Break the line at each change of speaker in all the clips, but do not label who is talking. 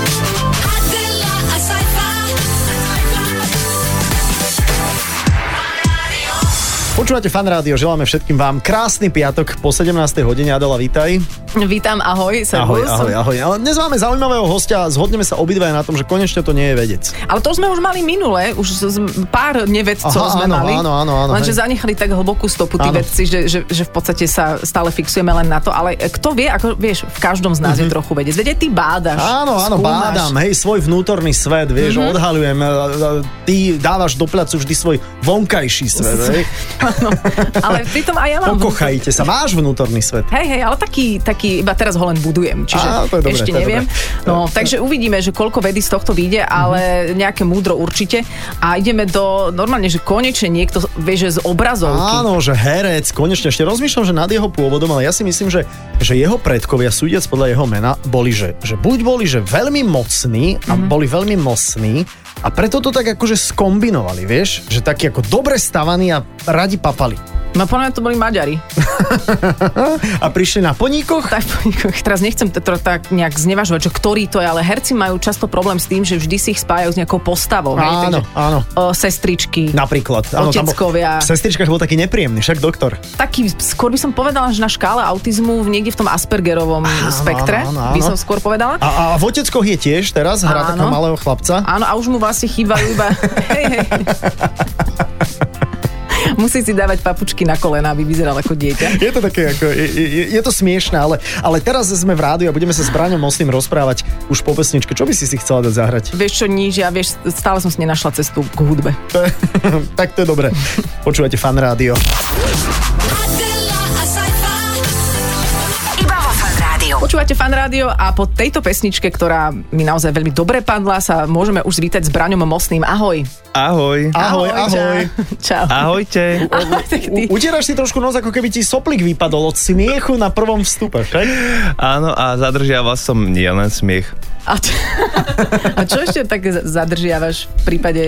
Adela a Saifa.
Počúvate fan rádio, želáme všetkým vám krásny piatok po 17. hodine. Adela, vítaj.
Vítam, ahoj,
Ahoj,
servus.
ahoj, ahoj. Ale dnes máme zaujímavého hostia a zhodneme sa obidvaja na tom, že konečne to nie je vedec.
Ale to sme už mali minule, už z, z, pár nevedcov
Aha,
sme
áno,
mali.
áno, áno, áno,
lenže
hej.
zanechali tak hlbokú stopu tí
Áno.
vedci, že, že, že v podstate sa stále fixujeme len na to. Ale e, kto vie, ako vieš, v každom z nás je trochu vedec. Veď aj ty bádaš.
Mhm. Áno, áno,
skúmaš.
bádam, hej, svoj vnútorný svet, vieš, mm-hmm. odhalujem. e, e, Ty dávaš do placu vždy svoj vonkajší svet, hej.
Áno, ale pritom aj ja mám...
Pokochajte sa, máš vnútorný svet.
Hej, hej, ale taký, taký, iba teraz ho len budujem, čiže
Á, to je dobré,
ešte
to je
neviem.
dobré. Mhm.
No, takže uvidíme, že koľko vedy z tohto vyjde, ale nejaké múdro určite. A ideme do, normálne, že konečne niekto, vieš, že z obrazovky.
Áno, že herec, konečne ešte rozmýšľam, že nad jeho pôvodom, ale ja si myslím, že, že jeho predkovia, súdiac podľa jeho mena, boli, že, že buď boli, že veľmi mocní a
Mhm.
mm-hmm. boli veľmi mocní a preto to tak akože skombinovali, vieš, že takí ako dobre stavaní a radi papali.
No podľa mňa to boli Maďari.
A prišli na poníkoch?
Tak, teraz nechcem to to tak nejak znevažovať, že ktorý to je, ale herci majú často problém s tým, že vždy si ich spájajú s nejakou postavou. No, hej,
Áno,
takže,
áno.
O, sestričky.
Napríklad. Áno, tam bol-
Oteckovia.
v sestričkách bol taký nepríjemný, však doktor.
Taký, skôr by som povedala, že na škále autizmu v- niekde v tom Aspergerovom
Áno,
spektre,
áno, áno,
by
áno.
som skôr povedala.
A, a v oteckoch je tiež teraz, hrá
Áno.
takého malého chlapca.
Áno, a už mu vlastne chýbajú iba... hej, hej. Musí si dávať papučky na kolena, aby vyzeral ako dieťa.
Je to také ako, je, je, je to smiešné, ale, ale teraz sme v rádiu a budeme sa s Braňom Mosným rozprávať už po pesničke. Čo by si si chcela dať zahrať?
Vieš čo, nič, ja vieš, stále som si nenašla cestu k hudbe.
tak to je dobre. Počúvate fan rádio.
Adela a Saifa.
Iba vo fan rádiu.
Počúvate fan rádio a po tejto pesničke, ktorá mi naozaj veľmi dobre padla, sa môžeme už zvítať s Braňom Mosným. Ahoj.
Ahoj.
Ahoj, ahoj.
Čau. Čau.
Ahojte.
Ahoj, tak ty.
U, utieraš si trošku nos, ako keby ti soplik vypadol od smiechu na prvom vstupe, však?
Áno, a zadržiaval som nielen smiech.
A, čo, a čo ešte tak za- zadržiavaš v prípade,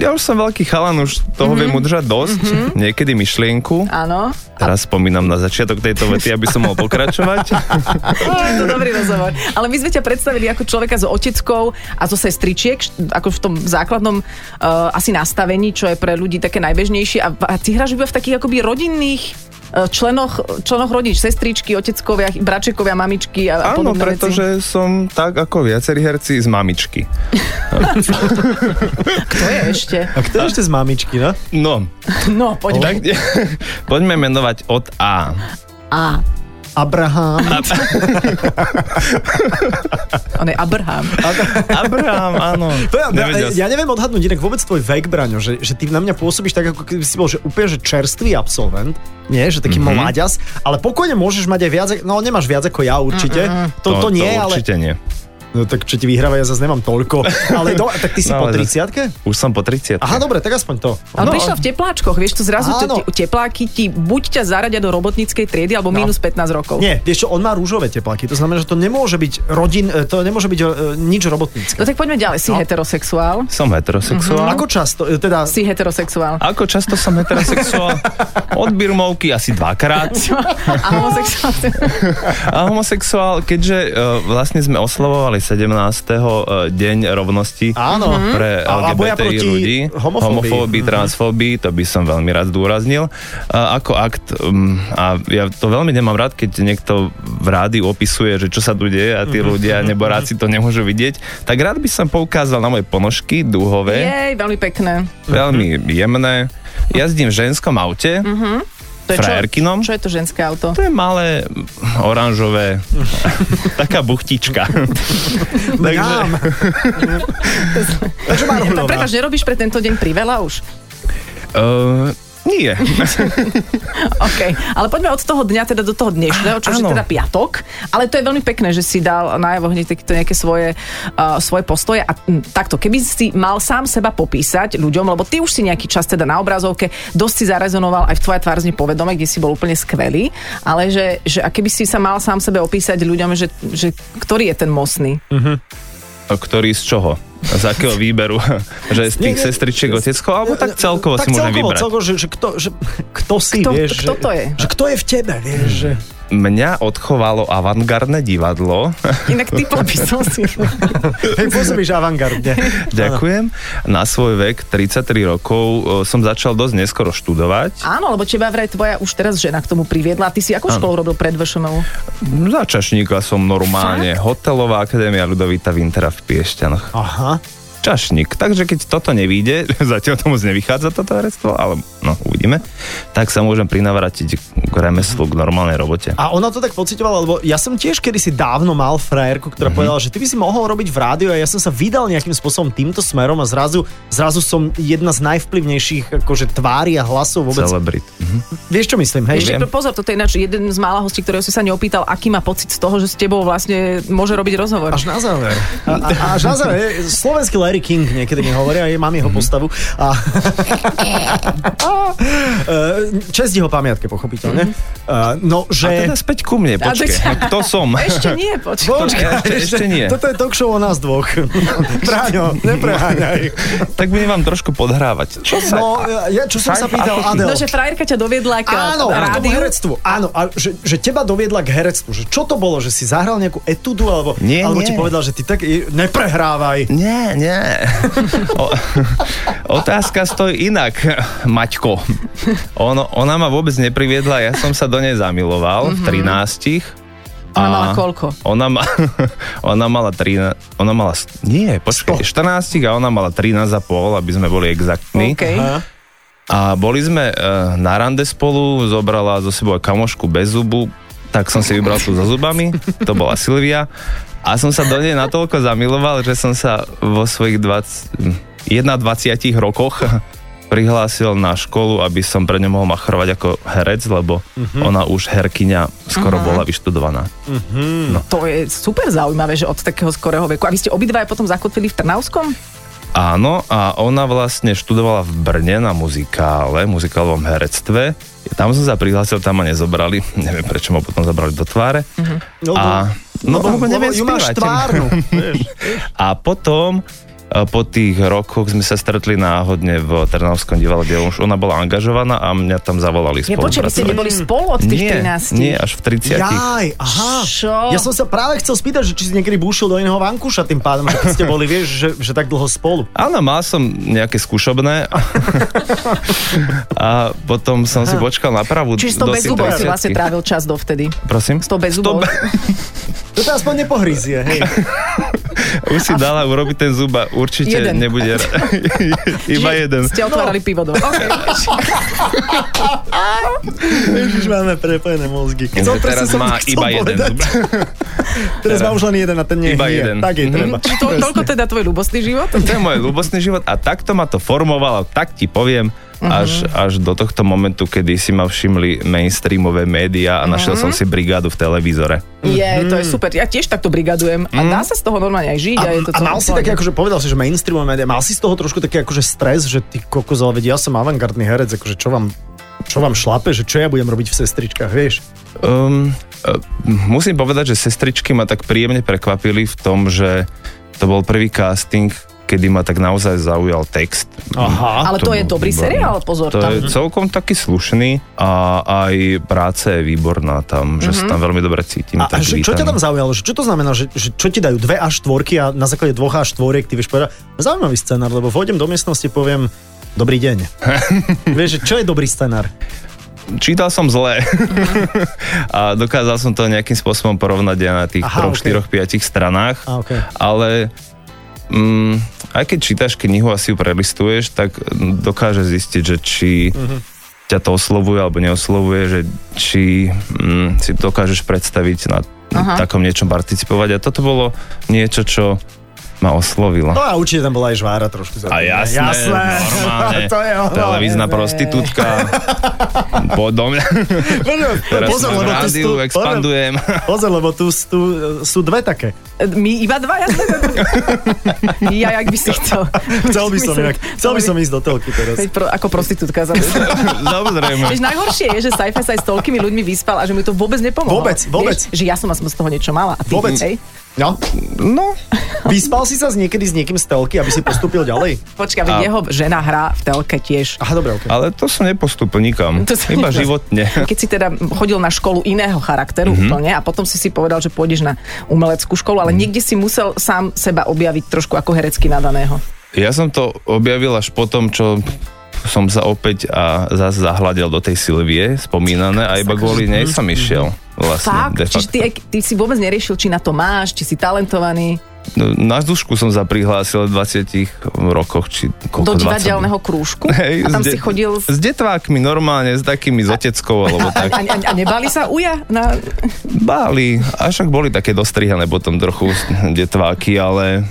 Ja už som veľký chalan, už
Mhm.
toho mm-hmm. viem udržať dosť, mm-hmm. niekedy myšlienku.
áno?
Teraz spomínam na začiatok tejto vety, aby som mohol pokračovať.
No, je to dobrý rozhovor. Ale my sme ťa predstavili ako človeka s oteckou a zo sestričiek, št- ako v tom základnom uh, asi nastavení, čo je pre ľudí také najbežnejšie. A, a ty hráš iba v takých akoby rodinných eh, členoch, členoch rodič, sestričky, oteckovia, bračekovia, mamičky a, a
Áno,
podobné veci.
pretože som tak ako viacerí herci z mamičky.
To je ešte.
A kto je ešte z mamičky, no?
No,
No, poďme.
tak poďme menovať od A.
A.
Abraham.
On je Abraham.
Abraham, áno.
To ja,
Nevedel
ja, ja neviem odhadnúť inak vôbec tvoj vek, Braňo, že, že ty na mňa pôsobíš tak, ako keby si bol že úplne že čerstvý absolvent, nie, že taký mm-hmm. mláďas, ale pokojne môžeš mať aj viac, ak- no nemáš viac ako ja určite, mm-hmm. to, to, to nie,
to
ale
určite nie.
No tak čo ti vyhráva, ja zase nemám toľko. Ale do, tak ty si no,
No,
po
ale-
30
Už som po 30.
Aha, dobre, tak aspoň to.
Ale no, prišla v tepláčkoch, vieš, to zrazu
Áno.
to, te, tepláky ti buď ťa zaradia do robotníckej triedy, alebo no. minus 15 rokov.
Nie, vieš čo, on má rúžové tepláky, to znamená, že to nemôže byť rodin, e, to nemôže byť e, nič robotnícke.
No tak poďme ďalej. Si
No.
heterosexuál.
Som heterosexuál.
Ako často, e, teda...
Si heterosexuál.
Ako často som heterosexuál? Od birmovky asi dvakrát.
A homosexuál.
A homosexuál, keďže uh, vlastne sme oslavovali 17. eh, deň rovnosti Mhm.
Áno.
pre
A- a boja
LGBTI
proti
ľudí,
homofóbii. Mhm.
homofóbii, transfóbii, to by som veľmi rád zdôraznil. A ako akt, um, a ja to veľmi nemám rád, keď niekto v rádiu opisuje, že čo sa tu deje a tí
Mhm.
ľudia neboráci to nemôžu vidieť, tak rád by som poukázal na moje ponožky dúhové
Jej, veľmi pekné.
Mhm.
veľmi jemné. Jazdím v ženskom aute,
Mhm. To je čo,
Frajerkinom?
čo je to ženské auto?
to je malé oranžové, taká buchtička.
Nám. Takže
Tak
Marhulová.
prepáč, nerobíš pre tento deň priveľa už?
Uh, nie.
OK. Ale poďme od toho dňa teda do toho dnešného, čo je
Áno.
teda piatok. Ale to je veľmi pekné, že si dal najavo hneď takéto nejaké svoje, uh, svoje postoje. A m, takto, keby si mal sám seba popísať ľuďom, lebo ty už si nejaký čas teda na obrazovke, dosť si zarezonoval aj v tvoja tvárzne povedome, kde si bol úplne skvelý, ale že, že a keby si sa mal sám sebe opísať ľuďom, že, že ktorý je ten mocný?
Ktorý z čoho? z akého výberu, že z tých
Nie, nie,
sestričiek, otecko, alebo tak celkovo
tak
si môžem
celkovo,
vybrať.
celkovo, že, že, kto, že kto si,
Kto-
vieš.
kto
že,
to je?
Že kto je v tebe, vieš. Že...
Mňa odchovalo avantgardné divadlo.
Inak typla by som si.
Hej, pôsobíš avantgardne.
Ďakujem. Na svoj vek 33 rokov e, som začal dosť neskoro študovať.
Áno, lebo teba vraj tvoja už teraz žena k tomu priviedla. Ty si akú školu robil pred VŠMU?
Začašníka som normálne. Hotelová akadémia Ľudovita Vintera v Piešťanoch.
Aha.
čašník. Takže keď toto nevíde, zatiaľ to moc nevychádza toto herectvo, ale no uvidíme, tak sa môžem prinavrátiť k remeslu, k normálnej robote.
A ona to tak pocitovala, lebo ja som tiež kedysi dávno mal frajerku, ktorá
Mhm.
mm-hmm. povedala, že ty by si mohol robiť v rádiu a ja som sa vydal nejakým spôsobom týmto smerom a zrazu, zrazu som jedna z najvplyvnejších akože tvári a hlasov vôbec. Celé.
Celebrit.
Vieš, čo myslím, hej?
Ešte
Viem.
to pozor, toto je ináč jeden z mála hostí, ktorého si sa neopýtal, aký má pocit z toho, že s tebou vlastne môže robiť rozhovor.
Až na záver. A, a, až na záver. Je- Slovenský Larry King niekedy mi hovoria, ja mám jeho postavu. A... E, Česť jeho pamiatke, pochopiteľne. E, No,
A
že...
teda späť ku mne,
A
počkej.
teda-
Kto som?
Ešte nie, počkaj.
Počkaj, ešte, ešte nie.
Toto je talk show o nás dvoch. Práňo, nepreháňaj.
Tak budem vám trošku podhrávať. Čo sa...
No, ja, čo som sa pýtal, Adel.
No, že frajerka ťa doviedla k
Áno, k tomu
rádiu.
herectvu. Áno, a že, že teba doviedla k herectvu. Že čo to bolo? Že si zahral nejakú etudu? Alebo,
Nie,
alebo
nie.
ti povedal, že ty tak i- neprehrávaj.
Nie, nie. O, otázka stojí inak, Maťko. Ono, ona ma vôbec nepriviedla, ja som sa do nej zamiloval v 13.
Mhm. Ona mala koľko?
Ona, ma, ona mala 13, ona mala, s- nie, počkaj, 14 a ona mala 13 a pol, aby sme boli exaktní.
OK.
Aha.
A boli sme e, na rande spolu, zobrala zo sebou aj kamošku bez zubu, tak som si vybral tú so zubami, to bola Silvia. A som sa do nej natoľko zamiloval, že som sa vo svojich 20, 21 rokoch prihlásil na školu, aby som pre ňu mohol machrovať ako herec, lebo ona už herkyňa skoro bola vyštudovaná.
To je super zaujímavé, že od takého skorého veku. A vy ste obidva potom zakotvili v Trnavskom?
Áno, a ona vlastne študovala v Brne na muzikále, muzikálovom herectve. Tam som sa prihlásil, tam ma nezobrali. Neviem, prečo ma potom zabrali do tváre.
Mhm.
Lebo-
A, no, lebo neviem
ju máš
spievať.
tvárnu. vieš.
A potom e, po tých rokoch sme sa stretli náhodne v Trnavskom divadle, kde už ona bola angažovaná a mňa tam zavolali
Je počuť, vy ste
spolupracovať.
neboli spolu od tých
Nie,
13.
nie, až v 30.
Jaj, aha.
Čo?
Ja som sa práve chcel spýtať, že či si niekedy búšil do iného vankúša tým pádom, že keď ste boli, vieš, že, že tak dlho spolu.
Áno, mal som nejaké skúšobné a potom som si počkal na pravú
Čiže s tou
do tých
bezzubou si
30.
vlastne trávil čas dovtedy.
Prosím?
S tou bezzubou.
be-
To ťa aspoň nepohryzie, hej.
Už si dala urobiť ten zuba, určite
Jeden.
nebude... ra- Iba
Čiže
jeden.
Ste otvárali pivo do. Okay.
Ježiš, máme prepojené mozgy. Chcel, presne
teraz
som
má
to chcel
iba jeden
povedať.
zub.
Teraz má už len jeden a ten nie
Iba
je.
jeden.
Tak je
Mhm.
treba.
Čiže to, toľko teda tvoj ľubostný život?
To je môj ľubostný život a takto ma to formovalo, tak ti poviem,
Mhm.
až, až do tohto momentu, kedy si ma všimli mainstreamové médiá a
Mhm.
našiel som si brigádu v televízore.
Je, to je super. Ja tiež takto brigadujem. A dá sa z toho normálne aj žiť. A, je to
Mhm. a
celkom
mal si
fajn.
také, akože povedal si, že mainstreamové médiá, mal si z toho trošku taký akože stres, že ty kokos, ale veď ja som avantgardný herec, akože čo vám čo vám šlape, že čo ja budem robiť v sestričkách, vieš?
Um, eh, musím povedať, že sestričky ma tak príjemne prekvapili v tom, že to bol prvý casting, kedy ma tak naozaj zaujal text.
Aha.
Ale to, je
bol
dobrý
výborný.
seriál, pozor.
To
tam.
je celkom taký slušný a aj práca je výborná tam, že
Mhm.
sa tam veľmi dobre cítim.
A, a
No, tak
že, čo ťa
vítaný.
tam zaujalo? Že, čo to znamená? Že, že čo ti dajú dve až štvorky a na základe dvoch až štvoriek ty vieš povedať, zaujímavý scenár, lebo vôjdem do miestnosti, poviem, dobrý deň. vieš, že čo je dobrý scenár?
čítal som zle a dokázal som to nejakým spôsobom porovnať aj na tých
Mhm. Aha,
troch,
ok.
štyroch, piatich stranách,
A, okay.
ale mm, aj keď čítaš knihu a si ju prelistuješ, tak mm, dokáže zistiť, že či
Mhm.
ťa to oslovuje alebo neoslovuje, že či mm, si dokážeš predstaviť na
Aha.
takom niečom participovať a toto bolo niečo, čo ma oslovilo.
No a určite tam bola aj žvára trošku. za
A
tým, ne?
jasné,
jasné.
normálne.
to je ono.
Televízna
Jebe.
prostitútka. Podom. Teraz
Pozor,
som v
lebo tu
rádiu,
sú-
expandujem.
Pozor, lebo tu, sú- tu e, sú dve také.
My iba dva, ja Ja, jak by si chcel.
Chcel by som,
Myslím,
inak, chcel by som ísť do telky teraz.
Veď pro, ako prostitútka za
Samozrejme.
Vieš, najhoršie je, že Saifa sa aj s toľkými ľuďmi vyspal a že mu to vôbec nepomohlo.
Vôbec, vôbec.
Vieš, že ja som aspoň z toho niečo mala. A ty,
Vôbec.
Hej?
No,
No,
vyspal si sa z niekedy s niekým z telky, aby si postúpil ďalej?
Počkaj, veď
A-
jeho žena hrá v telke tiež.
Aha, dobre, okay.
ale to som nepostúpil nikam.
To som
Iba
nepostúpil.
životne.
Keď si teda chodil na školu iného charakteru
Mhm.
mm-hmm. úplne a potom si si povedal, že pôjdeš na umeleckú školu, ale niekde si musel sám seba objaviť trošku ako herecky nadaného.
Ja som to objavil až potom, čo som sa opäť a zase zahľadil do tej Silvie, spomínané, a iba kvôli nej som išiel. Vlastne,
Mhm. Fakt?
de
Čiže ty,
facto.
aj, ty si vôbec neriešil, či na to máš, či si talentovaný
Na dušku som sa prihlásil v 20 rokoch, či koľko,
do
20.
divadelného krúžku
Hej,
a tam
s
si chodil... S...
S detvákmi normálne, s takými z oteckou, alebo
A, a,
tak.
a nebali sa uja? Na...
Báli, a však boli také dostrihané potom trochu s- detváky, ale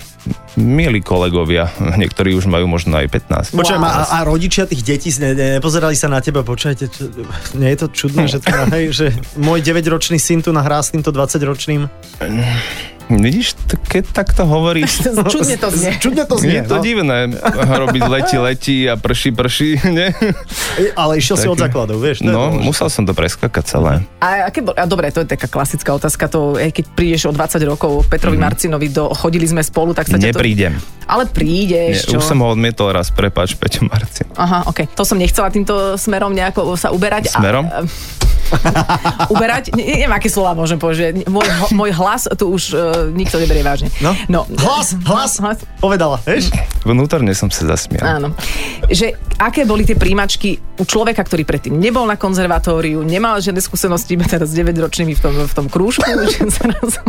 milí kolegovia, niektorí už majú možno aj 15.
Počkaj, ma- a, a rodičia tých detí ne, ne, nepozerali sa na teba, počkajte, čo, nie je to čudné, že, teda, hej, že môj 9-ročný syn tu nahrá s týmto 20-ročným?
Vidíš, t- keď takto hovoríš,
Čudne to znie.
Čudne to
Je
znie,
to
no.
divné robiť letí, letí a prší, prší, nie?
E, Ale išiel si
Taký-
od základov, vieš? to je
No,
dôležité.
musel som to preskakať celé.
A, aké bol, a dobre, to je taká klasická otázka, to, aj keď prídeš o 20 rokov Petrovi mm-hmm.
Mhm.
Marcinovi, do, chodili sme spolu, tak sa ťa to...
Neprídem.
Ale
Nie,
prídeš, čo?
už som ho odmietol raz, prepáč, Peťo Marci.
Aha, ok. To som nechcela týmto smerom nejako sa uberať.
Smerom?
A, uberať? Ne, neviem, aké slova môžem povedať. Môj, ho- môj hlas tu už uh, nikto neberie vážne.
No.
no.
Hlas, hlas,
Hlas.
povedala, vieš?
Vnútorne som sa zasmial.
Áno. Že aké boli tie príjimačky u človeka, ktorý predtým nebol na konzervatóriu, nemal žiadne skúsenosti, iba teraz 9-ročnými v tom, v tom krúžku, že zrazu,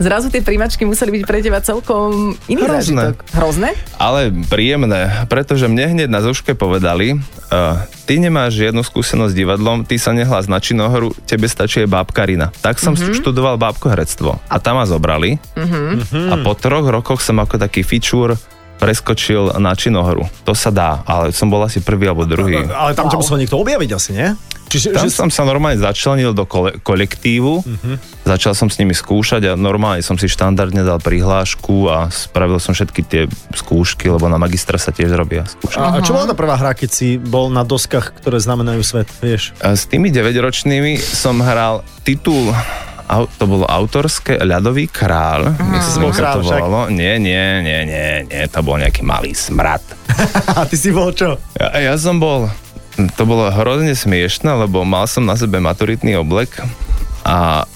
zrazu tie príjimačky museli byť pre teba celkom iný
Hrozné.
zážitok. Hrozné?
Ale príjemné, pretože mne hneď na zúške povedali, uh, ty nemáš žiadnu skúsenosť s divadlom, ty sa nehlás na činohru, tebe stačí aj bábkarina. Tak som mm-hmm. študoval bábkoherectvo a tam ma zobrali mm-hmm. a po troch rokoch som ako taký fičúr preskočil na činohru. To sa dá, ale som bol asi prvý alebo druhý.
Ale tam ťa musel niekto objaviť asi, nie? Čiže,
Tam
že,
som sa normálne začlenil do kole- kolektívu, začal som s nimi skúšať a normálne som si štandardne dal prihlášku a spravil som všetky tie skúšky, lebo na magistra sa tiež robia skúšky.
a, a čo bola tá prvá hra, keď si bol na doskách, ktoré znamenajú svet, vieš?
A S tými 9-ročnými som hral titul au- to bolo autorské Ľadový král,
Bol
myslím,
Mhm.
že
král
to
však.
volalo. Nie, nie, nie, nie, nie, to bol nejaký malý smrad.
A ty si bol čo?
Ja, ja som bol, to bolo hrozne smiešne, lebo mal som na sebe maturitný oblek a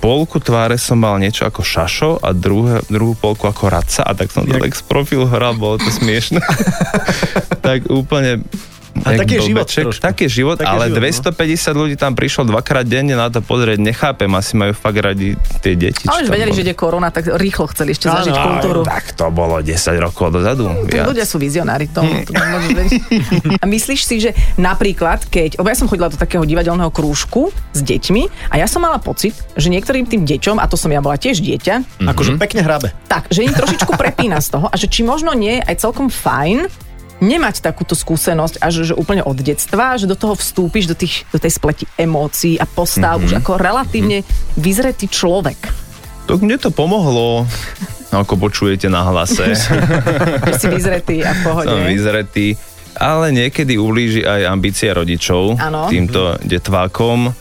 polku tváre som mal niečo ako šašo a druhé, druhú polku ako radca a tak som to
Jak-
tak z profilu hral, bolo to smiešne. tak úplne
A
jak
taký je život
blbeček.
trošku.
Taký je život,
Taký je
ale
život, no.
250 ľudí tam prišlo dvakrát denne na to pozrieť, nechápem, asi majú fakt radi tie deti.
Ale už
čo tam
vedeli,
boli.
že ide korona, tak rýchlo chceli ešte
Áno,
zažiť
áno.
kultúru.
Tak to bolo 10 rokov dozadu.
Ja.
viac.
Ľudia sú vizionári, to, to môžeš vedieť. A myslíš si, že napríklad, keď, lebo ja som chodila do takého divadelného krúžku s deťmi a ja som mala pocit, že niektorým tým deťom, a to som ja bola tiež dieťa,
Mhm.
Akože pekne hrabe.
tak, že im trošičku prepína z toho a že či možno nie je aj celkom fajn nemať takúto skúsenosť až že úplne od detstva, že do toho vstúpiš do, tých, do tej spleti emócií a postav mm-hmm.
Mhm.
už ako relatívne mm-hmm. vyzretý človek.
Tak mne to pomohlo, No, ako počujete na hlase.
Že si vyzretý a v pohode.
Som vyzretý. Ale niekedy ublíži aj ambície rodičov
Áno.
týmto detvákom,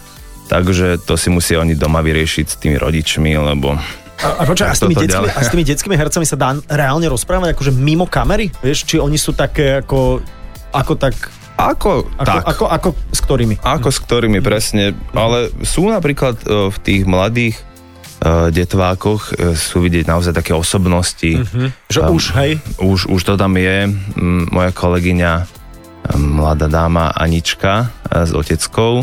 takže to si musia oni doma vyriešiť s tými rodičmi, lebo
A, a, počkaj, a, s tými
Toto
detskými,
ďalej.
a s tými detskými hercami sa dá reálne rozprávať, akože mimo kamery? Vieš, či oni sú také ako, ako tak,
ako,
ako,
tak, ako,
ako, ako, s ktorými?
ako s ktorými presne, ale sú napríklad e, v tých mladých e, detvákoch e, sú vidieť naozaj také osobnosti,
Že
Tam.
už, hej?
už, už to tam je. Mm, Moja kolegyňa, mm, mladá dáma Anička e, s oteckou,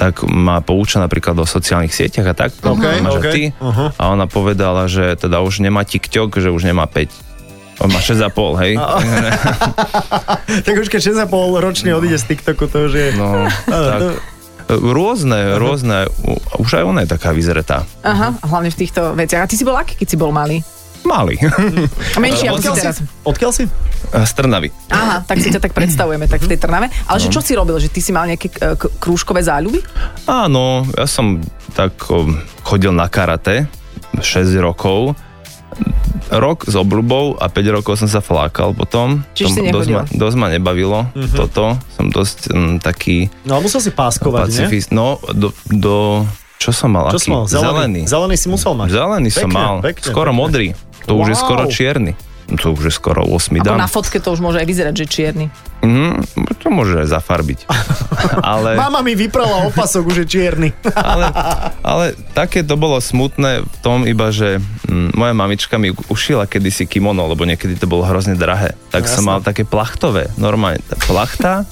tak ma pouča napríklad o sociálnych sieťach a tak. to
OK,
máš aj
OK.
Ty.
Aha.
A ona povedala, že teda už nemá TikTok, že už nemá 5. On má 6,5, hej?
Tak už keď 6,5 ročne odíde z TikToku, to už je...
No, tak.
to-
Rôzne, rôzne. U- Už aj ona je taká vyzretá.
Aha, hlavne v týchto veciach. A ty si bol aký, keď si bol malý?
Malý.
A menší, ako si
Odkiaľ si?
teraz.
Odkiaľ si?
Z Trnavy.
Aha, tak si ťa tak predstavujeme, tak v tej Trnave. Ale
No.
že čo si robil? Že ty si mal nejaké e, k- krúžkové záľuby?
Áno, ja som tak um, chodil na karate 6 rokov. Rok s obľubou a 5 rokov som sa flákal potom.
Čiže si
to, dosť,
nechodil.
ma, dosť ma nebavilo
Mhm.
toto. Som dosť um, taký
No, ale musel si páskovať, nie?
pacifist. No, do, do Čo som mal?
Čo
aký?
som mal? Zelený.
Zelený.
Zelený si musel mať.
Zelený som
Pekne,
mal.
pekne,
skoro
pekne.
modrý. To už je
Wow.
skoro čierny. To už je skoro
Ako
8 dám.
na fotke to už môže aj vyzerať, že čierny.
Mm, to môže aj zafarbiť. Ale...
Mama mi vyprala opasok, už je čierny.
ale, ale také to bolo smutné v tom iba, že mm, moja mamička mi ušila kedysi kimono, lebo niekedy to bolo hrozne drahé.
No,
Tak som
jasné.
mal také plachtové, normálne tá plachta,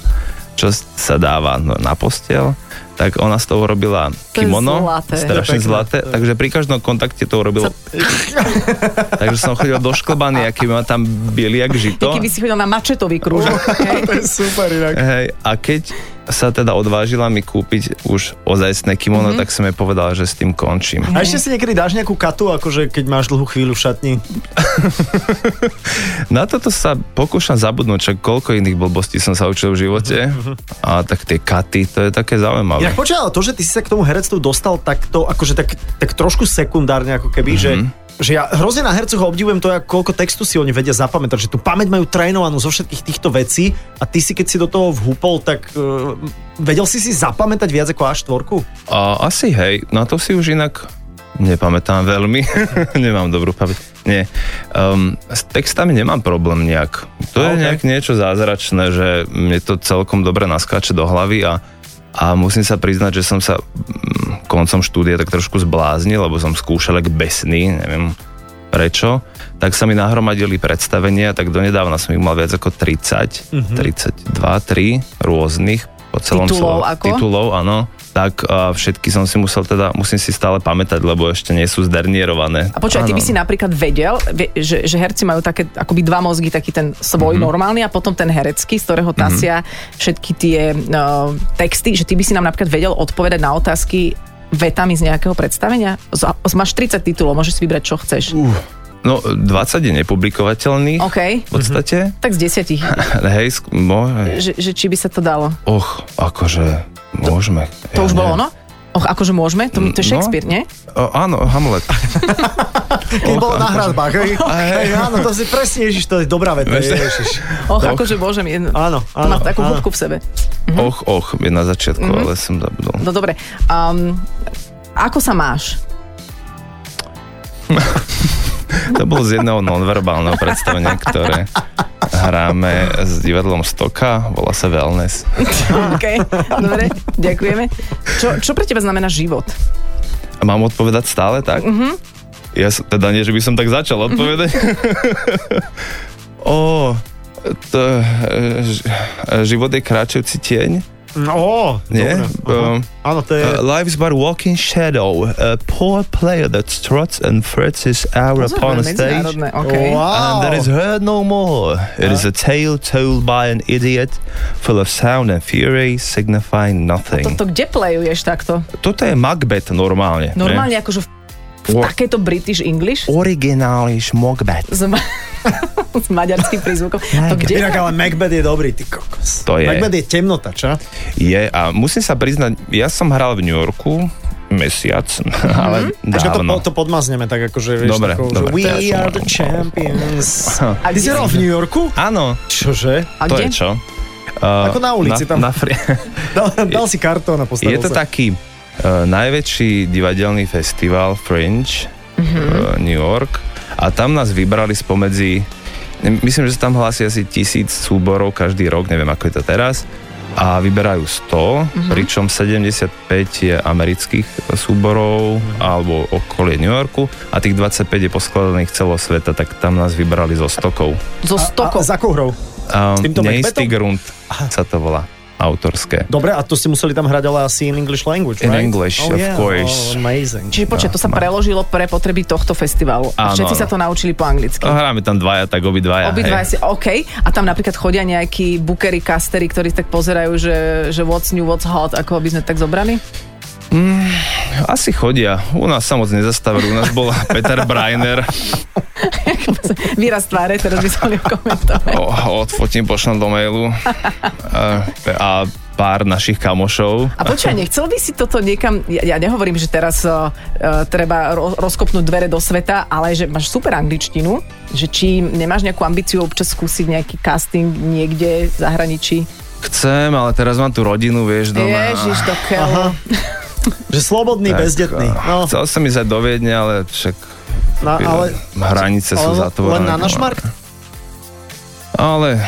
čo s- sa dáva no, na postel, tak ona z toho
To
robila
je
kimono,
zlaté.
To
strašne
je pekné.
zlaté, takže pri každom kontakte to urobilo. takže som chodil do šklbany, aký ma tam byli, jak
Ty
žito.
keby si chodil na mačetový krúžok. hej?
to je super inak.
Hej, a keď sa teda odvážila mi kúpiť už ozajstné kimono, mm-hmm. tak som jej povedal, že s tým končím.
A ešte si niekedy dáš nejakú katu, akože keď máš dlhú chvíľu v šatni.
Na toto sa pokúšam zabudnúť, čo koľko iných blbostí som sa učil v živote. A tak tie katy, to je také zaujímavé.
Inak počúvaj, ale to, že ty si sa k tomu herectvu dostal takto, akože tak, tak trošku sekundárne ako keby,
Mhm.
že, že ja hrozne na hercoch obdivujem to, ako koľko textu si oni vedia zapamätať, že tú pamäť majú trénovanú zo všetkých týchto vecí a ty si keď si do toho vhúpol, tak uh, vedel si si zapamätať viac ako A4?
A asi hej, na to si už inak nepamätám veľmi. Nemám dobrú pamäť. Nie. Um, s textami nemám problém nejak. To je
Ok.
nejak niečo zázračné, že mne to celkom dobre naskáče do hlavy a a musím sa priznať, že som sa mm, koncom štúdia tak trošku zbláznil, lebo som skúšal jak besný, neviem prečo, tak sa mi nahromadili predstavenia, tak donedávna som ich mal viac ako 30, mm-hmm. 32, 3 rôznych po celom
Titulov
svete-
ako?
titulov, áno. Tak a všetky som si musel teda, musím si stále pamätať, lebo ešte nie sú zdernierované.
A počkaj, ty by
Áno.
si napríklad vedel, vie- že, že herci majú také akoby dva mozgy, taký ten svoj
Mhm.
mm-hmm. normálny a potom ten herecký, z ktorého tasia mm-hmm. všetky tie uh, texty, že ty by si nám napríklad vedel odpovedať na otázky vetami z nejakého predstavenia? Z, z- máš 30 titulov, môžeš si vybrať, čo chceš. Uh.
No, 20 je nepublikovateľných
OK, Mhm.
v podstate.
tak z 10.
Hej, sk- mo-
že, že či by sa to dalo.
och, akože môžeme.
To
Ja
už bolo
neviem.
ono? Och, akože môžeme? To, to je
No.
Shakespeare, nie?
O, áno, Hamlet.
Keď bolo na hradbách. Hej, hej, áno, to si presne, ježiš, to je dobrá veta.
Vieš,
Ježiš.
Och,
Och.
akože môžem. Je,
Áno,
to má
áno,
takú
áno.
hĺbku v sebe.
Och, och, je na začiatku,
Mhm.
ale som zabudol.
No dobre. Um, ako sa máš?
To bolo z jedného nonverbálneho predstavenia, ktoré hráme s divadlom Stoka, volá sa Wellness.
OK, dobre, ďakujeme. Čo, čo pre teba znamená život?
A mám odpovedať stále tak?
Mhm.
Mm-hmm. Ja som, teda nie, že by som tak začal odpovedať. o, to, e, ž- e, život je kráčajúci tieň.
No,
Nie?
dobre.
Um,
Áno, to je...
Uh, life's but walking shadow. A poor player that struts and frets his hour
Pozor,
upon a stage.
medzinárodné, okay.
And that is heard no more. It is a tale told by an idiot, full of sound and fury, signifying nothing.
Toto kde playuješ takto?
Toto je Macbeth normálne. nie?
Normálne akože v, v
O-
takejto British English?
Originális Macbeth.
S, ma- s maďarským prízvukom. To kde?
Inak ale Macbeth je dobrý, ty kokos.
To je.
Macbeth je temnota, čo?
Je a musím sa priznať, ja som hral v New Yorku mesiac, ale
Počkaj, Mhm. to,
dávno.
po- to podmazneme tak akože, vieš,
Dobre,
takou,
dobre,
že we
to ja som-
are the champions.
A
Ty si
kde?
hral v New Yorku?
Áno,
Čože?
A
to
kde?
je čo? Uh,
Ako na ulici tam.
na, na fri-
Dal, dal si kartón a postavil
Je to
sa.
taký uh, najväčší divadelný festival Fringe mm-hmm. uh, New York a tam nás vybrali spomedzi myslím, že sa tam hlási asi tisíc súborov každý rok, neviem ako je to teraz a vyberajú 100, pričom 75 je amerických súborov alebo okolie New Yorku a tých 25 je poskladaných celého sveta, tak tam nás vybrali zo stokov.
Zo
A,
stokov.
s akou hrou?
Um,
týmto
Neistý
Macbethom?
grunt sa to volá, autorské.
Dobre, a to ste museli tam hrať ale asi in English language,
In
right?
English,
oh,
of
yeah.
course.
Oh, amazing.
Čiže počkaj, to sa
No, no.
preložilo pre potreby tohto festivalu. A
Áno,
všetci
áno.
sa to naučili po anglicky.
No, hráme tam dvaja, tak obidvaja.
Obidva si,
hej.
OK. A tam napríklad chodia nejakí bookery, kastery, ktorí tak pozerajú, že, že what's new, what's hot, ako by sme tak zobrali.
Asi chodia. U nás sa moc nezastavili. U nás bol Peter Breiner.
Výraz tváre, teraz by som komentovať.
O, odfotím, pošlem do mailu. A, a pár našich kamošov.
A počkaj, nechcel by si toto niekam, ja, ja nehovorím, že teraz uh, uh, treba ro- rozkopnúť dvere do sveta, ale že máš super angličtinu, že či nemáš nejakú ambíciu občas skúsiť nejaký casting niekde v zahraničí.
No, Chcem, ale teraz mám tu rodinu, vieš, doma.
Ježiš, do keľu.
Že slobodný,
Tak, ah,
bezdetný.
a
No,
Chcel som ísť aj do Viedne, ale však
na, ale,
hranice sú
ale
zatvorené.
Len na náš mark?
Ale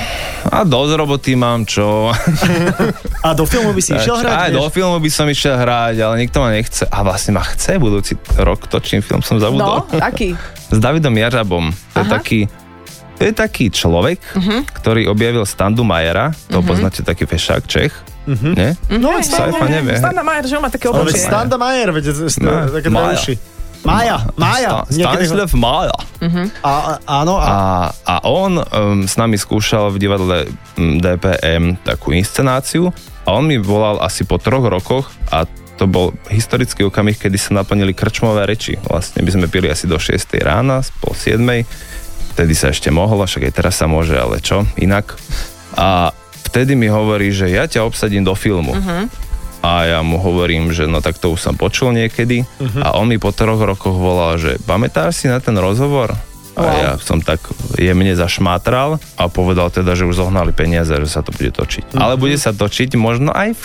a dosť roboty mám, čo?
A do filmu by si išiel hrať?
aj
vieš?
do filmu by som išiel hrať, ale nikto ma nechce. A vlastne ma chce budúci rok točím film, som
No,
zabudol.
aký?
S Davidom Jažabom. To je
Aha.
taký to je taký človek, uh-huh. ktorý objavil Standu Majera, to uh-huh. poznáte taký fešák Čech, uh-huh. nie?
No, veď
Sci-fi
Standa-
nevie.
Standa Majer, že on má také
ale veď
obočie.
Stan-
Standa Majer, veď to sú
Ne,
také dve
Maja.
uši. Maja, Maja.
Stan-
niekedy ho-
Stanislav Maja.
A, a- áno, a,
A, a on um, s nami skúšal v divadle mm, DPM takú inscenáciu a on mi volal asi po troch rokoch a to bol historický okamih, kedy sa naplnili krčmové reči. Vlastne my sme pili asi do 6 rána, z pol 7. Vtedy sa ešte mohlo, však aj teraz sa môže, ale čo, inak. A vtedy mi hovorí, že ja ťa obsadím do filmu. Uh-huh. A ja mu hovorím, že no tak to už som počul niekedy. Uh-huh. A on mi po troch rokoch volal, že pamätáš si na ten rozhovor? A ja som tak jemne zašmátral a povedal teda, že už zohnali peniaze, že sa to bude točiť. Ale bude sa točiť možno aj v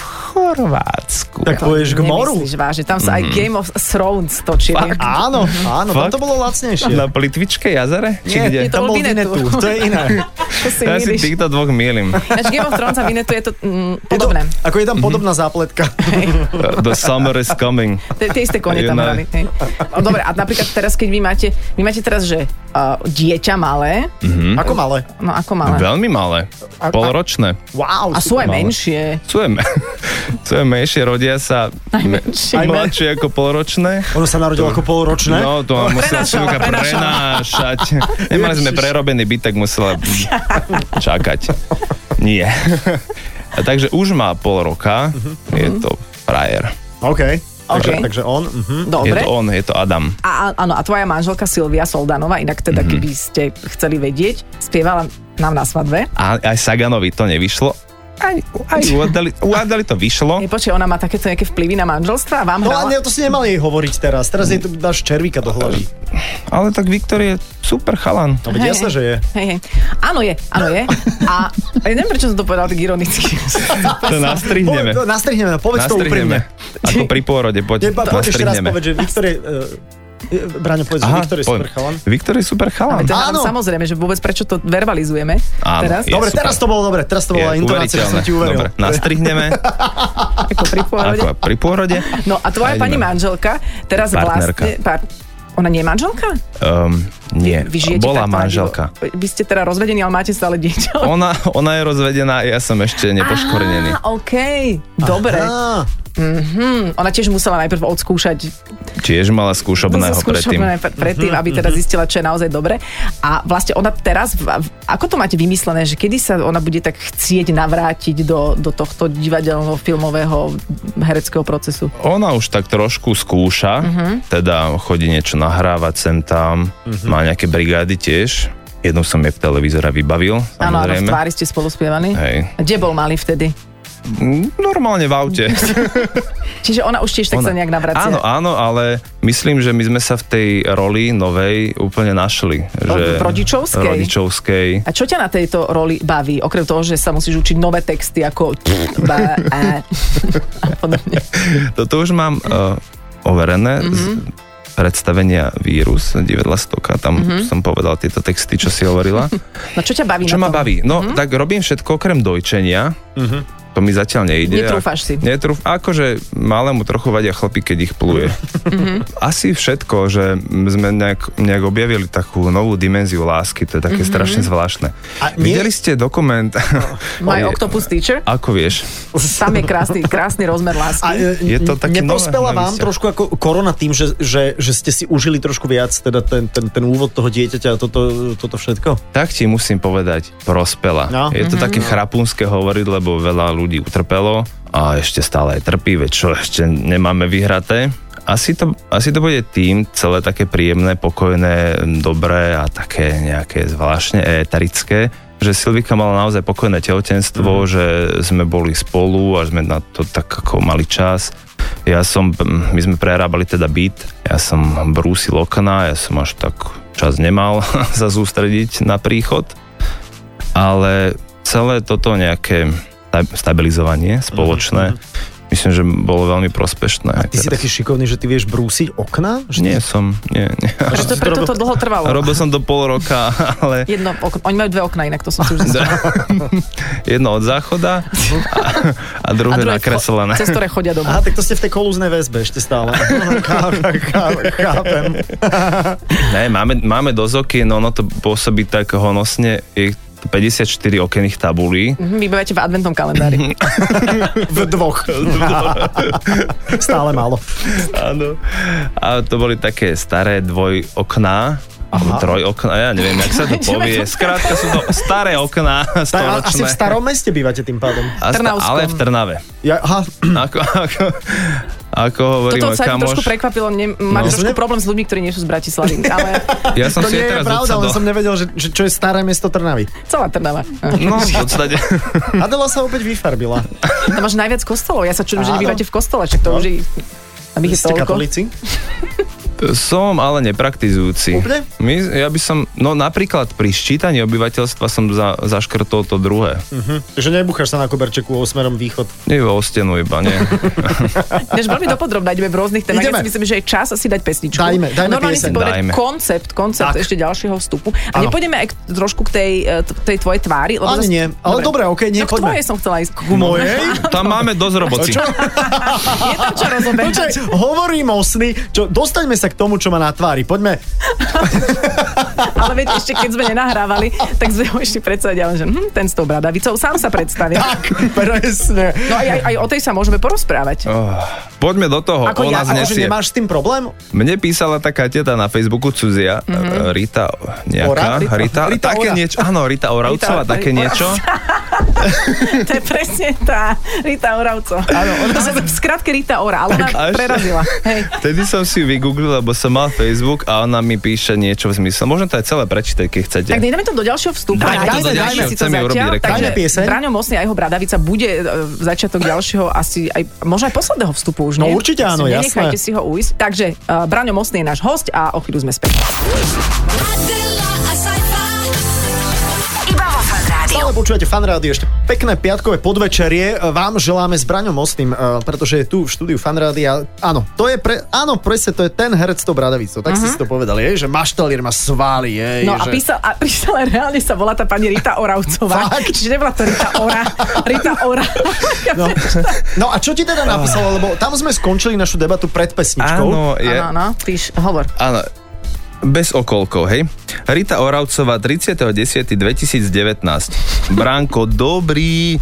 Chorvátsku.
tak pôjdeš k moru.
Nemyslíš vážne, tam sa aj Game of Thrones točili.
Mhm. Fakt?
Áno, áno, tam
Fakt?
to bolo lacnejšie.
Na Plitvičke jazere? Či
Nie,
kde?
je to-
tam
bol
bol
Vinetu.
Vinetu, to je iné.
To si
ja si
milíš.
týchto dvoch milím.
Ináč Game of Thrones a Vinetu je to mm,
Je to,
podobné.
ako je
Mhm.
tam podobná zápletka.
The summer is coming.
Tie tie isté kone
A
tam
Junaj.
hrali. hej. No, Dobre, a napríklad teraz, keď vy máte, vy máte teraz, že uh, dieťa malé,
Mhm.
Ako malé.
no ako malé,
Veľmi malé.
A- a-
Polročné.
Wow.
a sú aj
malé.
menšie.
Čo je, me- čo je menšie, rodia sa me-
Najmenšie.
mladšie ako polročné.
Ono sa narodilo ako polročné.
No, to no, musela
prenášala,
Silka prenášať. Nemali sme
Ježiš.
prerobený byt, tak musela čakať. Nie. A takže už má pol roka,
Mhm.
je to frajer.
OK. Takže,
OK.
takže on... mhm.
Je
Dobre.
to on, je to Adam.
A, a- áno, a tvoja manželka Silvia Soldanova, inak teda,
Mhm.
mm-hmm. keby ste chceli vedieť, spievala nám na svadbe.
A aj Saganovi to nevyšlo. Aj, aj u, Adali, u Adali to vyšlo.
Je, počkej, ona má takéto nejaké vplyvy na manželstva a vám
No a ne,
hrala?
to si nemal jej hovoriť teraz. Teraz jej tu dáš červíka do hlavy.
Ale tak Viktor je super chalan.
No veď
Hej,
jasné,
hej.
že je.
Hej, hej. Áno je, áno je. A ja neviem, prečo som to povedal tak ironicky.
To nastrihneme.
Po, no, nastrihneme, no, povedz to úprimne.
Nastrihneme. Ako pri pôrode, poď,
Jeba, poď ešte raz
nastrihneme.
povedz, že Viktor je... Uh, Braňo, povedz, že Viktor je
poviem.
super chalan.
Viktor je super chalan.
Teda nám
Áno.
samozrejme, že vôbec prečo to verbalizujeme
Áno,
teraz,
je.
Dobre,
super.
teraz to bolo dobre, teraz to bola intonácia, že som ti uveril.
Dobre, nastrihneme.
ako pri pôrode.
Ako pri pôrode.
No a tvoja
A ideme.
pani manželka teraz
Partnerka.
vlastne... Par, ona nie je manželka?
Um, nie,
Vy žijete
bola
takto
manželka.
naživo. Vy ste teda rozvedení, ale máte stále dieťa.
Ona, ona je rozvedená, ja som ešte nepoškvrnený.
Á, OK, dobre.
Á,
Hm, ona tiež musela najprv odskúšať
Tiež mala skúšobného predtým.
skúšobné pr- predtým, aby teda zistila, čo je naozaj dobre. A vlastne ona teraz, v- v- ako to máte vymyslené, že kedy sa ona bude tak chcieť navrátiť do, do tohto divadelného, filmového, hereckého procesu?
Ona už tak trošku skúša,
Mhm.
teda chodí niečo nahrávať sem tam, má nejaké brigády tiež. Jednu som jej v televízore vybavil,
Áno, áno, v
samozrejme.
tvári ste spolu spievaní.
Hej.
A Kde bol malý vtedy?
Mm, Normálne v aute.
Čiže ona už tiež tak sa
Ona-
nejak navracia.
Áno, áno, ale myslím, že my sme sa v tej roli novej úplne našli. Že
v rodičovskej?
Rodičovskej.
A čo ťa na tejto roli baví? Okrem toho, že sa musíš učiť nové texty ako ba, a, a podobne.
Toto už mám uh, overené mm-hmm. z
Mhm.
predstavenia Vírus, divadla Stoka, tam mm-hmm. som povedal tieto texty, čo si hovorila.
No čo ťa baví
čo
Mhm. na
ma
tom? Mhm.
baví? No, mm-hmm. tak robím všetko okrem dojčenia. Mm-hmm.
Mhm.
To mi zatiaľ nejde.
Netrúfaš si.
Netrúf, akože malému trochu vadia chlapí, keď ich pluje.
Mhm.
Asi všetko, že sme nejak, nejak objavili takú novú dimenziu lásky, to je také
Mhm.
strašne zvláštne.
A nie-
Videli ste dokument?
No, My
O-
Octopus Teacher?
Ako vieš?
Tam je krásny, krásny rozmer lásky.
a, e,
Je to také
neprospela
nové,
vám
navyše.
trošku ako korona tým, že, že, že ste si užili trošku viac teda ten, ten, ten úvod toho dieťaťa a toto, toto všetko?
tak ti musím povedať, prospela.
No.
No. Je to také chrapúnske hovoriť, lebo veľa ľudí utrpelo a ešte stále aj trpí, veď čo ešte nemáme vyhraté. Asi to, asi to bude tým celé také príjemné, pokojné, dobré a také nejaké zvláštne éterické, že Silvika mala naozaj pokojné tehotenstvo, mm. že sme boli spolu a sme na to tak ako mali čas. Ja som, my sme prerábali teda byt, ja som brúsil okna, ja som až tak čas nemal sa sústrediť na príchod, ale celé toto nejaké sta- stabilizovanie spoločné myslím, že bolo veľmi prospešné. A
Ty si taký šikovný, že ty vieš brúsiť okna? Že
Nie som, nie, nie.
Že
Akože
to preto to dlho trvalo.
Robil som to pol roka, ale
Jedno okno. Oni majú dve okna, inak to som si už zistila.
jedno od záchoda a, a druhé nakreslené.
cez ktoré chodia
Aha,
domov.
tak to ste v tej kolúznej väzbe ešte stále. Chápem, chápem, chápem.
Ne, máme, máme dosť okien, no, ono to pôsobí tak honosne, je ich 54 okenných tabulí.
Mhm, Vybavete v adventnom kalendári.
V dvoch. Stále málo.
Áno. A to boli také staré dvojokná, alebo trojokná, ja neviem, jak sa to povie. Skrátka sú to staré okná,
Tak, a- asi v
storočné.
starom meste bývate tým pádom.
A sta-
Trnavskom.
ale v Trnave.
Ja, aha,
Ako, ako, ako hovorí
Toto
môj
sa mi
kamoš.
trošku prekvapilo, ne, mám
No.
trošku problém s ľuďmi, ktorí nie sú z Bratislavy, ale
Ja som
to
si
nie
aj
je
teraz
pravda, len
odsadol.
som nevedel, že, že čo je staré mesto Trnavy.
celá Trnava. Hm.
No, v podstate.
Adela sa opäť vyfarbila.
Tam máš najviac kostolov, ja sa čudom, že
Áno.
nebývate v kostole, však to
No.
už je... Tam ich je
Ste
toľko.
katolíci?
Som ale nepraktizujúci.
Úplne?
My, ja by som, no napríklad pri ščítaní obyvateľstva som za, zaškrtol to druhé.
Hm. Že nebucháš sa na koberčeku o smerom východ.
Nie o stenu iba, nie.
Než veľmi dopodrobne ideme v rôznych témach. Ja
Ideme.
si myslím, že je čas asi dať pesničku.
Dajme, dajme
Normálne si
pieseň.
povedať
Dajme.
koncept, koncept
Tak.
ešte ďalšieho vstupu. A
Áno.
nepôjdeme aj k, trošku k tej, e, t- tej tvojej tvári. Lebo
Ani
zas-
nie, ale dobre, okej, nie,
no, k
poďme.
tvojej som chcela ísť.
Ku mojej?
Tam máme dosť roboci.
Je tam čo rozoberať.
Počkaj, hovorím o sny. Čo, dostaňme sa k tomu, čo má na tvári. Poďme.
Ale viete, ešte keď sme nenahrávali, tak sme ho ešte predstavili. Ja len, že hm, ten s tou bradavicou sám sa predstavil.
Tak, presne.
No a aj, aj o tej sa môžeme porozprávať.
Oh, poďme do toho,
Ako
o
ja,
nás
akože
nesie.
nemáš s tým problém?
Mne písala taká teta na Facebooku, cudzia,
Mhm.
mm-hmm. Rita nejaká,
Ora?
Rita,
Rita
Rita také
Ora.
niečo, áno, Rita Oravcová,
Rita-
také
Rita-
niečo.
To je presne tá Rita Oravco. Áno, ona sa... V skratke Rita Ora, ale ona
Tak až.
prerazila. Hej.
Vtedy som si ju vygooglil, lebo som mal Facebook a ona mi píše niečo v zmysle. Môžem to aj celé prečítať, keď chcete.
Tak nedáme to do ďalšieho vstupu.
Dajme
Dajme
to do ďalšieho,
si to
chceme urobiť
zatiaľ.
reklamu.
Takže
Dajme pieseň.
Braňo Mosný a jeho bradavica bude e, začiatok ďalšieho asi aj, možno aj posledného vstupu už,
No
nie?
určite áno,
Myslím,
jasné.
Nenechajte si ho ujsť. Takže uh, Braňo Mosný je náš host a o chvíľu sme späť.
Adela, a sci-fi.
Iba vo Fan Rádiu.
Stále počúvate fan rádio, ešte pekné piatkové podvečerie. Vám želáme s Braňom Mostným, eh, pretože je tu v štúdiu fan rádia. Áno, to je pre, áno, presne, to je ten herec to Bradavicou. Tak uh-huh. si si to povedal, je, že máš talier, máš svaly, je,
Mhm. No a
že...
písal, a písala reálne sa volá tá pani Rita Oravcová.
Fakt?
Čiže nebola to Rita Ora. Rita Ora.
No. no a čo ti teda napísalo, lebo tam sme skončili našu debatu pred pesničkou.
Áno, je,
Áno, áno, píš, hovor.
Áno, bez okolkov, hej. Rita Oravcová, 30.10.2019. Branko, dobrý,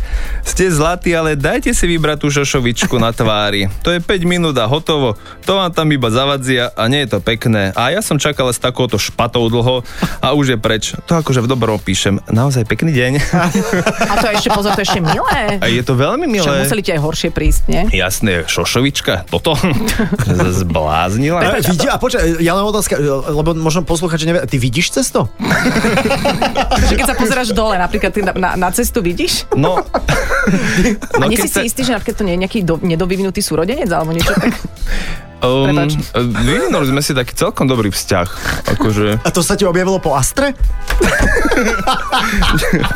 ste zlatí, ale dajte si vybrať tú šošovičku na tvári. To je 5 minút a hotovo. To vám tam iba zavadzia a nie je to pekné. A ja som čakala s takouto špatou dlho a už je preč. To akože v dobrom píšem. Naozaj pekný deň.
A to je ešte, pozor, to je ešte milé.
A je to veľmi milé.
Čo museli ti aj horšie prísť, nie?
Jasné, šošovička, toto zbláznila.
E, vidí, a počkaj, ja len otázka, lebo možno poslúchať, že nevie, ty vidíš cez to?
Že keď sa pozeráš dole, napríklad ty na, na, na cestu vidíš?
No,
No, a nie si
keď
si istý, že napríklad to nie je nejaký do, nedovyvinutý súrodenec alebo niečo tak?
Um,
Prepáč.
vyvinuli sme si taký celkom dobrý vzťah. Akože
A to sa ti objavilo po Astre?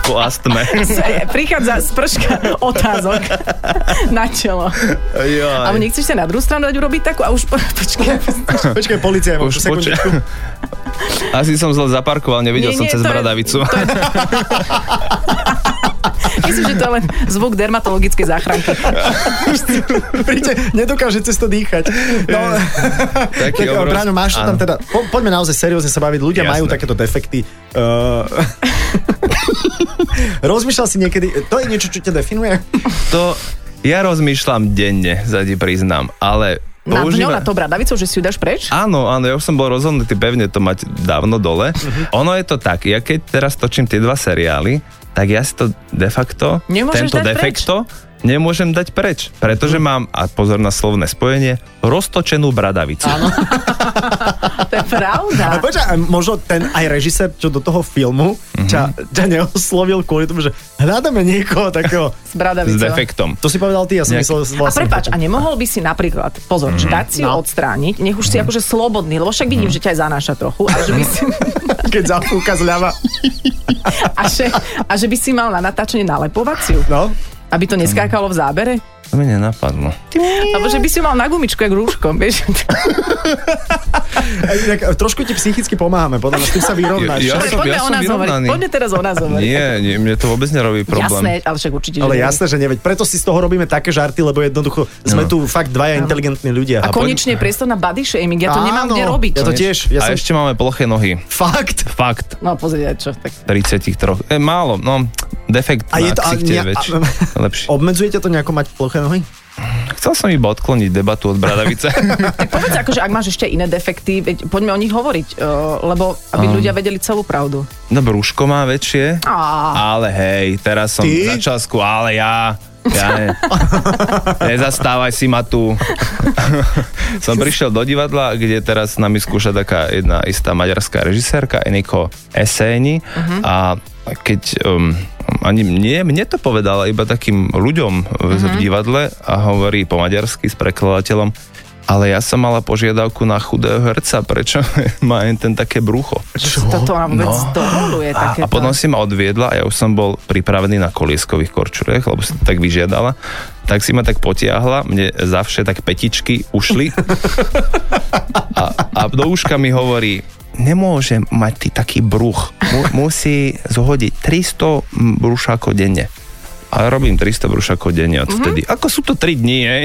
po astme.
Prichádza sprška otázok na čelo.
Jaj.
Alebo nechceš sa na druhú stranu dať urobiť takú a už po- počkaj.
Počkaj, policia, ja mám
Už
sekundičku.
počkaj. Asi som zle zaparkoval, nevidel
Nie,
som
nie,
cez
to je-
bradavicu.
to je- Myslím, že to je len zvuk dermatologickej záchranky.
Príde, nedokáže cez to dýchať. No, tak,
Taký obrovský-
Bráňo, máš to tam
Áno.
teda. Po, poďme naozaj seriózne sa baviť. Ľudia
Jasné.
majú takéto defekty. Uh... Rozmýšľal si niekedy, to je niečo, čo ťa definuje?
To ja rozmýšľam denne, za ti priznám, ale
Na dňo, na
používam...
to bradavicu, že si ju dáš preč?
Áno, áno, ja už som bol rozhodnutý pevne to mať dávno dole.
Mhm.
Ono je to tak, ja keď teraz točím tie dva seriály, tak ja si to de facto,
Nemôžeš
tento
dať preč. Mhm.
defekto, nemôžem dať preč, pretože mám, a pozor na slovné spojenie, roztočenú bradavicu.
To je
A
pravda.
počkaj, a možno ten aj režisér, čo do toho filmu
Mhm.
ťa, ťa neoslovil kvôli tomu, že hľadáme niekoho takého.
S bradavicou.
S defektom.
To si povedal ty, ja som myslel
A
Nejaký-
vlastne.
prepáč, a nemohol by si napríklad, pozor,
Mhm.
mm-hmm. dať si ju
No.
odstrániť, nech už si akože slobodný, lebo však vidím, že ťa aj zanáša trochu, a že by si,
Keď zafúka zľava.
a že, a že by si mal na natáčanie nalepovaciu,
No,
aby to neskákalo v zábere.
To mi nenapadlo.
Alebo že by si ju mal na gumičku, jak rúškom, vieš.
A Inak, e, trošku ti psychicky pomáhame, podľa mňa s tým sa vyrovnáš.
Ja
Dobre,
som-
poďme
ja
o
som
nás hovoriť.
vyrovnaný.
Poďme teraz o nás hovoriť.
Nie, nie, mne to vôbec nerobí
Jasné,
problém.
ale však určite. že
Ale
nie.
jasné, že nie, veď preto si z toho robíme také žarty, lebo jednoducho sme
No.
tu fakt dvaja inteligentní ľudia.
A konečne je priestor na body shaming, ja to nemám
Áno,
kde robiť.
ja to tiež, ja
A
som...
ešte máme ploché nohy.
Fakt?
Fakt.
No pozri, ja čo, tak
33. E, málo, no, defekt
A
a
je
na
to- a
ksichte je
ne-
väčší.
a-
Lepší.
Obmedzujete to nejako mať ploché nohy?
Chcel som iba odkloniť debatu od Bradavice.
Tak povedz, akože ak máš ešte iné defekty, veď poďme o nich hovoriť, uh, lebo aby um. ľudia vedeli celú pravdu.
no brúško má väčšie,
Á,
ale hej, teraz som
Ty?
na časku, ale ja... Ja ne, nezastávaj si ma tu. som prišiel do divadla, kde teraz s nami skúša taká jedna istá maďarská režisérka Eniko Eséni uh-huh. a keď um, ani nie, mne to povedala iba takým ľuďom v, v divadle a hovorí po maďarsky s prekladateľom ale ja som mala požiadavku na chudého herca, prečo má jen ten také brucho.
čo? toto nám vôbec no. dovoluje
A,
takéto.
a potom si ma odviedla a ja už som bol pripravený na kolieskových korčuliach, lebo si to tak vyžiadala. Tak si ma tak potiahla, mne zavše tak petičky ušli. A, a do uška mi hovorí, nemôže mať ty taký bruch. Mu, musí zhodiť 300 brúšakov denne. A robím 300 brúšakov
Mhm.
denne odvtedy. Mm-hmm. Ako sú to 3 dní, hej?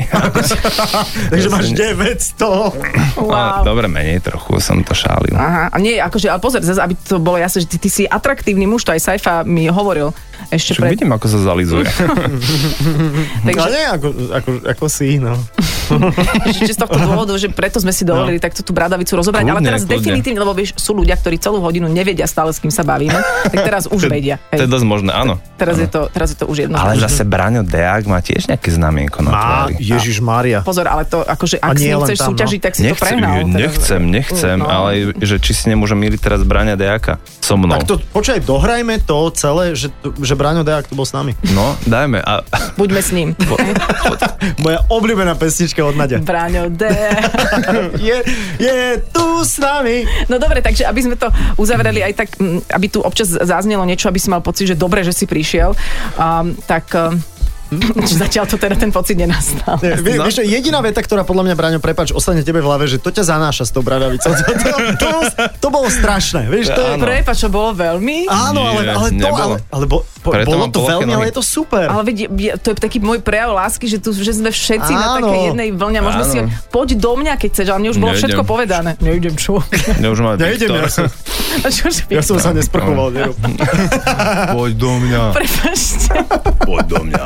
Takže máš
Jasne.
900.
A,
Wow.
dobre, menej trochu som to šálil.
Aha, a nie, akože, ale pozor, zase, aby to bolo jasné, že ty, ty si atraktívny muž, to aj Saifa mi hovoril ešte
Však
pred...
vidím, ako sa zalizuje.
Ale
Takže
nie, ako, ako, ako si, no.
No.
že z tohto dôvodu, že preto sme si dovolili no. takto tú bradavicu rozobrať. Ale
Kľudne,
teraz
kľudne.
definitívne, lebo vieš, sú ľudia, ktorí celú hodinu nevedia stále, s kým sa bavíme, tak teraz už vedia.
To je
Hej.
dosť možné, áno.
Teraz je, to, teraz je to už jedno.
Ale zase Braňo Deák má tiež nejaké znamienko na
Má,
tvári.
Ježiš Mária.
Pozor, ale to akože,
A
ak s
nie
ním
len
chceš
tam, no.
súťažiť, tak si to
Nechcem,
prehnal. teda teraz.
nechcem, nechcem,
No.
ale že či si nemôžem miliť teraz Braňa Dejaka so mnou.
Tak to, počkaj, dohrajme to celé, že, že Braňo Deák tu bol s nami.
No, dajme. A,
Buďme s ním.
po, po,
Moja obľúbená pesnička od Nadia.
Braňo D.
Je, je tu s nami.
No dobre, takže aby sme to uzavreli aj tak, mm, aby tu občas zaznelo niečo, aby si mal pocit, že dobre, že si prišiel, um, tak um, zatiaľ to teda ten pocit nenastal.
Ne, vie,
No.
vieš, čo, jediná veta, ktorá podľa mňa, Braňo, prepač, ostane tebe v hlave, že to ťa zanáša s tou bradavicou. To, to, to, to bolo strašné, vieš, to je...
Áno.
Prepač, čo bolo veľmi.
Áno, ale,
Nie,
ale to,
nebolo.
ale, ale bo, po,
Preto
bolo
mám
to
ploché
veľmi,
nohy.
ale je to super.
Ale veď, je- to je taký môj prejav lásky, že, tu, že sme všetci na
Áno.
takej jednej vlne. Možno
Áno.
si poď do mňa, keď chceš, ale mne už bolo
Nejdem.
všetko povedané. Nejdem, čo?
ja už mám
Nejdem,
Viktor.
ja som,
A čo že
ja som sa
No,
nesprchoval.
no.
nerob.
Poď do mňa,
Prepačte,
poď do mňa.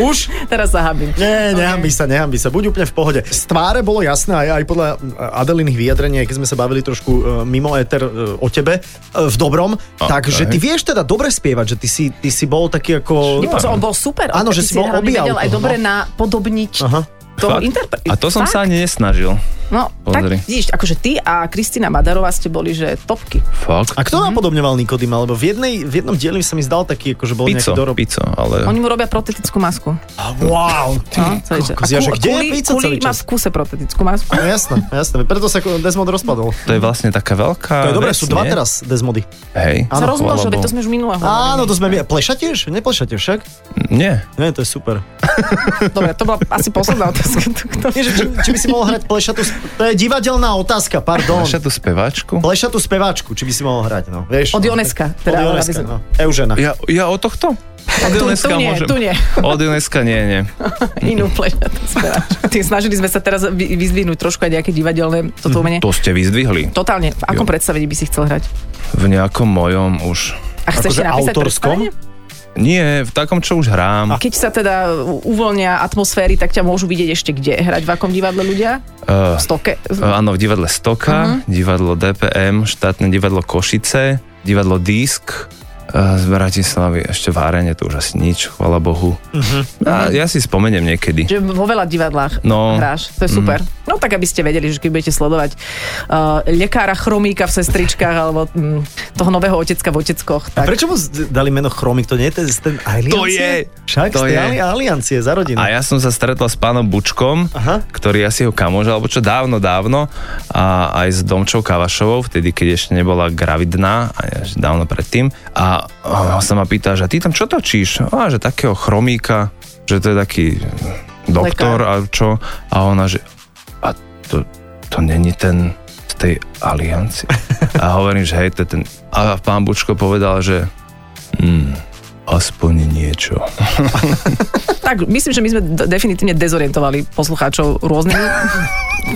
Už?
teraz sa habím.
Nie, nehambí sa, nehambí sa, buď úplne v pohode. Z tváre bolo jasné aj, aj podľa eh, Adeliných vyjadrení, aj keď sme sa bavili trošku e, mimo éter e, o tebe, e, v dobrom,
A,
takže
hej.
ty vieš teda dobre spievať, že ty si, ty si bol taký ako...
Nie, pozor, on bol super.
Áno,
On
že si bol
hlavne
objal
vedel aj
toho,
dobre
no.
napodobniť
Aha.
toho
Fakt.
interpreta.
A to som sa ani nesnažil.
No,
Pozri.
tak vidíš, akože ty a Kristina Madarová ste boli, že topky.
Fakt.
A kto napodobňoval Nikodima? Lebo v, jednej, v jednom dieli sa mi zdal taký, ako že bol
Pico,
nejaký dorob.
pico, ale...
Oni mu robia protetickú masku.
Wow!
No, celý čas.
kokos, ja, že
ku-
kde je
kuli-
pizza
kuli
celý
má
čas?
v kuse protetickú masku.
No jasné, jasné. Preto sa Desmond rozpadol.
To je vlastne taká veľká...
To je dobré,
vec,
sú dva
nie?
teraz Desmody.
Hej.
Sa
Áno,
rozmnožil,
chvála
veď to
Bohu.
sme už minule
Áno,
hovorili.
to sme... Plešať tiež? Neplešate však?
Nie.
Nie, to je super.
Dobre, to bola asi posledná otázka. tu k tomu.
Nie, že či, či by si mohol hrať plešatú... sp- To je divadelná otázka, pardon.
Naša tú speváčku?
Plešatú speváčku, či by si mohol hrať, no. Vieš,
Od
no,
Joneska,
tak-
teda,
Od
aby
Joneska,
sme-
no. Eužena.
Ja, ja o tohto? Od
tu-
Joneska
tu nie,
môžem.
tu nie.
Od Joneska nie, nie.
Inú plešatú speváčku. Tým Snažili sme sa teraz vy- vyzvinúť trošku aj nejaké divadelné toto umenie.
Mhm, To ste vyzdvihli.
Totálne. V akom
Jo.
predstavení by si chcel hrať?
V nejakom mojom už.
A chceš
Akože
si napísať
autorskom?
predstavenie?
Nie, v takom, čo už hrám.
Keď sa teda u- uvoľnia atmosféry, tak ťa môžu vidieť ešte kde? Hrať v akom divadle ľudia?
Uh,
V stoke?
áno, v divadle Stoka, uh-huh. divadlo DPM, štátne divadlo Košice, divadlo Disk uh, z Bratislavy, ešte v Arene, to už asi nič, chvala Bohu. Uh-huh. A ja si spomeniem niekedy.
Že vo veľa divadlách
No.
hráš. To je super. No tak, aby ste vedeli, že keď budete sledovať uh, lekára Chromíka v sestričkách alebo um, toho nového otecka v oteckoch,
A
tak
prečo mu z- dali meno Chromik? To nie je ten, ten Aliancie?
To je,
Však,
to
to je.
je.
Aliancie za rodinu.
A ja som sa stretla s pánom Bučkom,
Aha.
ktorý asi jeho kamož, alebo čo dávno, dávno, a aj s Domčou Kavašovou, vtedy, keď ešte nebola gravidná, a až No, dávno predtým. A on sa ma pýta, že ty tam čo točíš? A že takého chromíka, že to je taký doktor a čo. A ona, že a to, to není ten z tej aliancie. A hovorím, že hej, to je ten... A pán Bučko povedal, že mm, aspoň niečo.
Tak myslím, že my sme d- definitívne dezorientovali poslucháčov rôznymi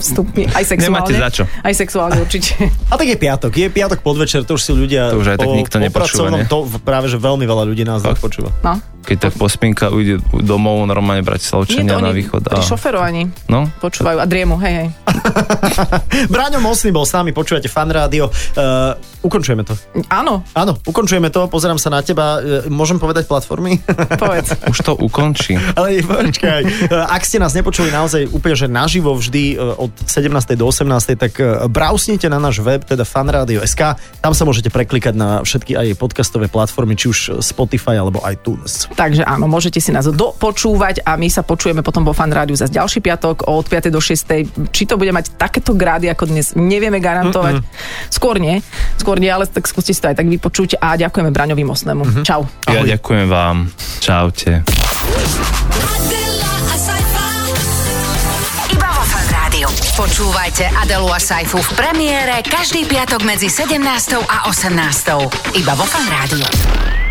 vstupmi. Aj sexuálne.
Nemáte za čo.
Aj sexuálne určite.
A tak je piatok, je piatok podvečer, to už si ľudia
To už aj tak
po-
nikto
po
nepočúva,
pracovnom
ne?
To, práve, že veľmi veľa ľudí nás
Fakt?
počúva.
No.
Keď tak pospinka ujde domov, normálne Bratislavčania na východ.
pri šoferovaní
no,
počúvajú a driemu, hej, hej.
Braňo Mosný bol s nami, počúvate fan rádio. Uh, ukončujeme to.
Áno,
Áno, ukončujeme to, pozerám sa na teba. Uh, môžem povedať platformy?
povedz.
už to ukončí.
Ale počkaj, eh, ak ste nás nepočuli naozaj úplne, že naživo vždy eh, od 17. do 18. tak eh, browsnite na náš web, teda fanradio.sk, tam sa môžete preklikať na všetky aj podcastové platformy, či už Spotify alebo iTunes.
Takže áno, môžete si nás dopočúvať a my sa počujeme potom vo fan rádiu zase ďalší piatok od 5. do 6. Či to bude mať takéto grády ako dnes, nevieme garantovať. Mm-mm. Skôr nie, skôr nie, ale tak skúste si to aj tak vypočuť a ďakujeme Braňovi Mosnému. Mm-hmm. Čau.
Ja ďakujem vám. Čaute.
Adela Asaifa.
Iba vo Fan Rádiu. Počúvajte Adelu a Saifu v premiére každý piatok medzi 17. a 18. Iba vo Fan Rádiu.